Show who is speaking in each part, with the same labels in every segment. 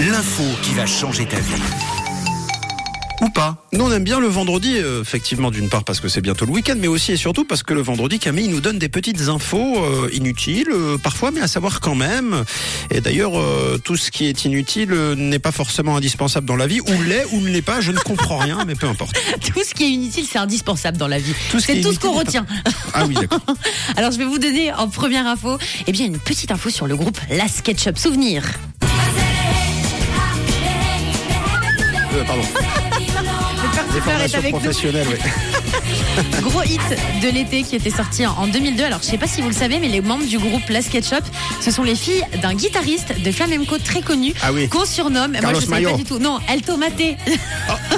Speaker 1: l'info qui va changer ta vie. Ou pas.
Speaker 2: Nous, on aime bien le vendredi, euh, effectivement, d'une part parce que c'est bientôt le week-end, mais aussi et surtout parce que le vendredi, Camille nous donne des petites infos euh, inutiles, euh, parfois, mais à savoir quand même. Et d'ailleurs, euh, tout ce qui est inutile euh, n'est pas forcément indispensable dans la vie, ou l'est, ou ne l'est pas, je ne comprends rien, mais peu importe.
Speaker 3: Tout ce qui est inutile, c'est indispensable dans la vie.
Speaker 2: Tout ce qui
Speaker 3: c'est
Speaker 2: est
Speaker 3: tout ce qu'on
Speaker 2: inutile,
Speaker 3: retient.
Speaker 2: Ah oui, d'accord.
Speaker 3: Alors, je vais vous donner en première info, eh bien, une petite info sur le groupe La SketchUp Souvenir.
Speaker 2: Euh, pardon. Des formations professionnelles, oui.
Speaker 3: Gros hit de l'été qui était sorti en- en 2002. Alors, je sais pas si vous le savez, mais les membres du groupe La SketchUp, ce sont les filles d'un guitariste de flamenco très connu
Speaker 2: Ah oui.
Speaker 3: qu'on surnomme.
Speaker 2: Carlos
Speaker 3: moi, je sais
Speaker 2: Mayo.
Speaker 3: pas du tout. Non, El Tomate.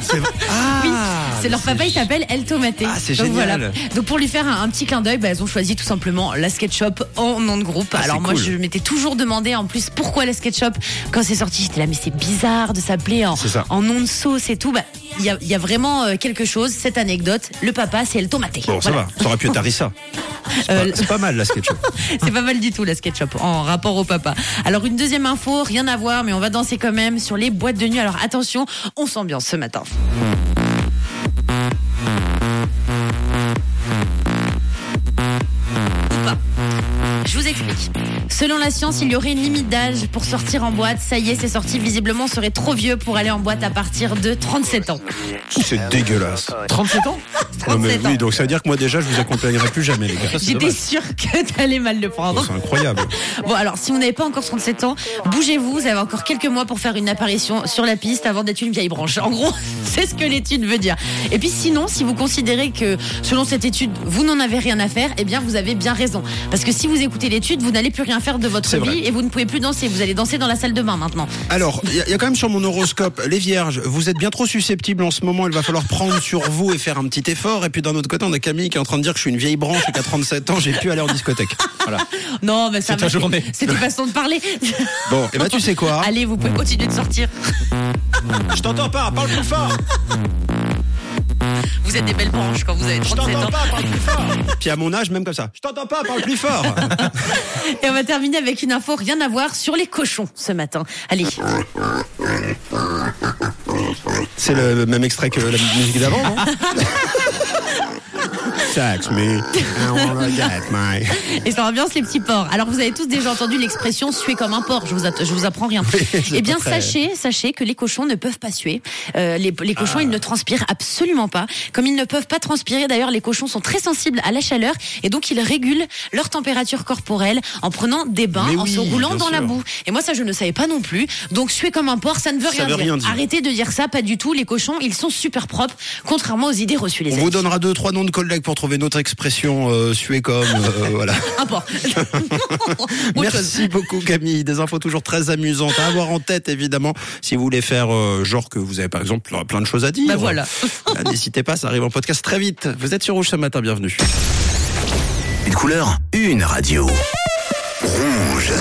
Speaker 2: C'est vrai. Ah,
Speaker 3: Oui, c'est leur papa, il s'appelle El Tomate.
Speaker 2: Ah, c'est
Speaker 3: Donc,
Speaker 2: génial.
Speaker 3: voilà. Donc pour lui faire un, un petit clin d'œil, bah, elles ont choisi tout simplement la SketchUp en nom de groupe.
Speaker 2: Ah, c'est
Speaker 3: Alors moi,
Speaker 2: cool.
Speaker 3: je m'étais toujours demandé en plus pourquoi la SketchUp quand c'est sorti, j'étais là mais c'est bizarre de s'appeler en,
Speaker 2: C'est ça.
Speaker 3: en nom de sauce et tout. Bah, Il y, a, il y a vraiment euh, quelque chose, cette anecdote. Le papa, c'est El Tomate.
Speaker 2: Bon, ça
Speaker 3: Voilà.
Speaker 2: va, t'aurais pu étaler ça. C'est pas-
Speaker 3: Euh,
Speaker 2: C'est pas mal, la sketch.
Speaker 3: C'est pas mal du tout la SketchUp en rapport au papa. Alors une deuxième info, rien à voir, mais on va danser quand même sur les boîtes de nuit. Alors attention, on s'ambiance ce matin. Ou pas. Je vous explique. Selon la science, il y aurait une limite d'âge pour sortir en boîte. Ça y est, c'est sorti. Visiblement, on serait trop vieux pour aller en boîte à partir de 37 ans.
Speaker 2: C'est dégueulasse.
Speaker 4: 37 ans
Speaker 2: Ouais, mais
Speaker 3: 37 ans.
Speaker 2: oui, donc ça veut dire que moi déjà je vous accompagnerai plus jamais les gars. Ça, c'est
Speaker 3: J'étais
Speaker 2: dommage.
Speaker 3: sûre que t'allais mal le prendre.
Speaker 2: Bon, C'est incroyable.
Speaker 3: Bon, alors, si vous n'avez pas encore 37 ans, bougez-vous. Vous avez encore quelques mois pour faire une apparition sur la piste avant d'être une vieille branche. En gros, c'est ce que l'étude veut dire. Et puis, sinon, si vous considérez que, selon cette étude, vous n'en avez rien à faire, eh bien, vous avez bien raison. Parce que si vous écoutez l'étude, vous n'allez plus rien faire de votre
Speaker 2: C'est
Speaker 3: vie
Speaker 2: vrai.
Speaker 3: et vous ne pouvez plus danser. Vous allez danser dans la salle de bain maintenant.
Speaker 2: Alors, il y, a- il y a quand même sur mon horoscope, les vierges, vous êtes bien trop susceptibles en ce moment, il va falloir prendre sur vous et faire un petit effort. Et puis d'un autre côté, on a Camille qui est en train de dire que je suis une vieille branche et qu'à 37 ans, j'ai pu aller en discothèque. Voilà.
Speaker 3: Non, mais ça
Speaker 4: C'est ta
Speaker 3: va,
Speaker 4: journée.
Speaker 3: C'est une façon de parler.
Speaker 2: Bon, et ben tu sais quoi
Speaker 3: Allez, vous pouvez continuer de sortir.
Speaker 2: Je t'entends pas, parle plus fort
Speaker 3: Vous êtes des belles branches quand vous avez 37 ans.
Speaker 2: pas, parle plus fort Puis à mon âge, même comme ça, je t'entends pas, parle plus fort
Speaker 3: Et on va terminer avec une info rien à voir sur les cochons ce matin. Allez.
Speaker 2: C'est le même extrait que la musique d'avant, non That's me. I wanna get my-
Speaker 3: Et ça ambiance les petits porcs. Alors vous avez tous déjà entendu l'expression suer comme un porc. Je vous, att- je vous apprends rien. eh bien
Speaker 2: très-
Speaker 3: sachez, sachez que les cochons ne peuvent pas suer. Euh, les, les cochons ils ne transpirent absolument pas. Comme ils ne peuvent pas transpirer, d'ailleurs les cochons sont très sensibles à la chaleur et donc ils régulent leur température corporelle en prenant des bains,
Speaker 2: Mais
Speaker 3: en se
Speaker 2: oui,
Speaker 3: roulant
Speaker 2: bien
Speaker 3: dans la
Speaker 2: sûr.
Speaker 3: boue. Et moi ça je ne savais pas non plus. Donc suer comme un porc, ça ne veut,
Speaker 2: Ça
Speaker 3: rien,
Speaker 2: veut
Speaker 3: dire.
Speaker 2: rien dire.
Speaker 3: Arrêtez de dire ça, pas du tout. Les cochons ils sont super propres, contrairement aux idées reçues les
Speaker 2: On
Speaker 3: amis.
Speaker 2: vous donnera deux, trois noms de collègues pour trouver notre expression euh, suer comme. euh, voilà.
Speaker 3: Un porc. Autre chose.
Speaker 2: Merci beaucoup Camille. Des infos toujours très amusantes à avoir en tête évidemment. Si vous voulez faire euh, genre que vous avez par exemple plein de choses à dire.
Speaker 3: Bah voilà.
Speaker 2: Bah, N'hésitez pas, ça arrive en podcast très vite. Vous êtes sur Rouge ce matin, bienvenue.
Speaker 1: Une couleur, une radio. Rouge.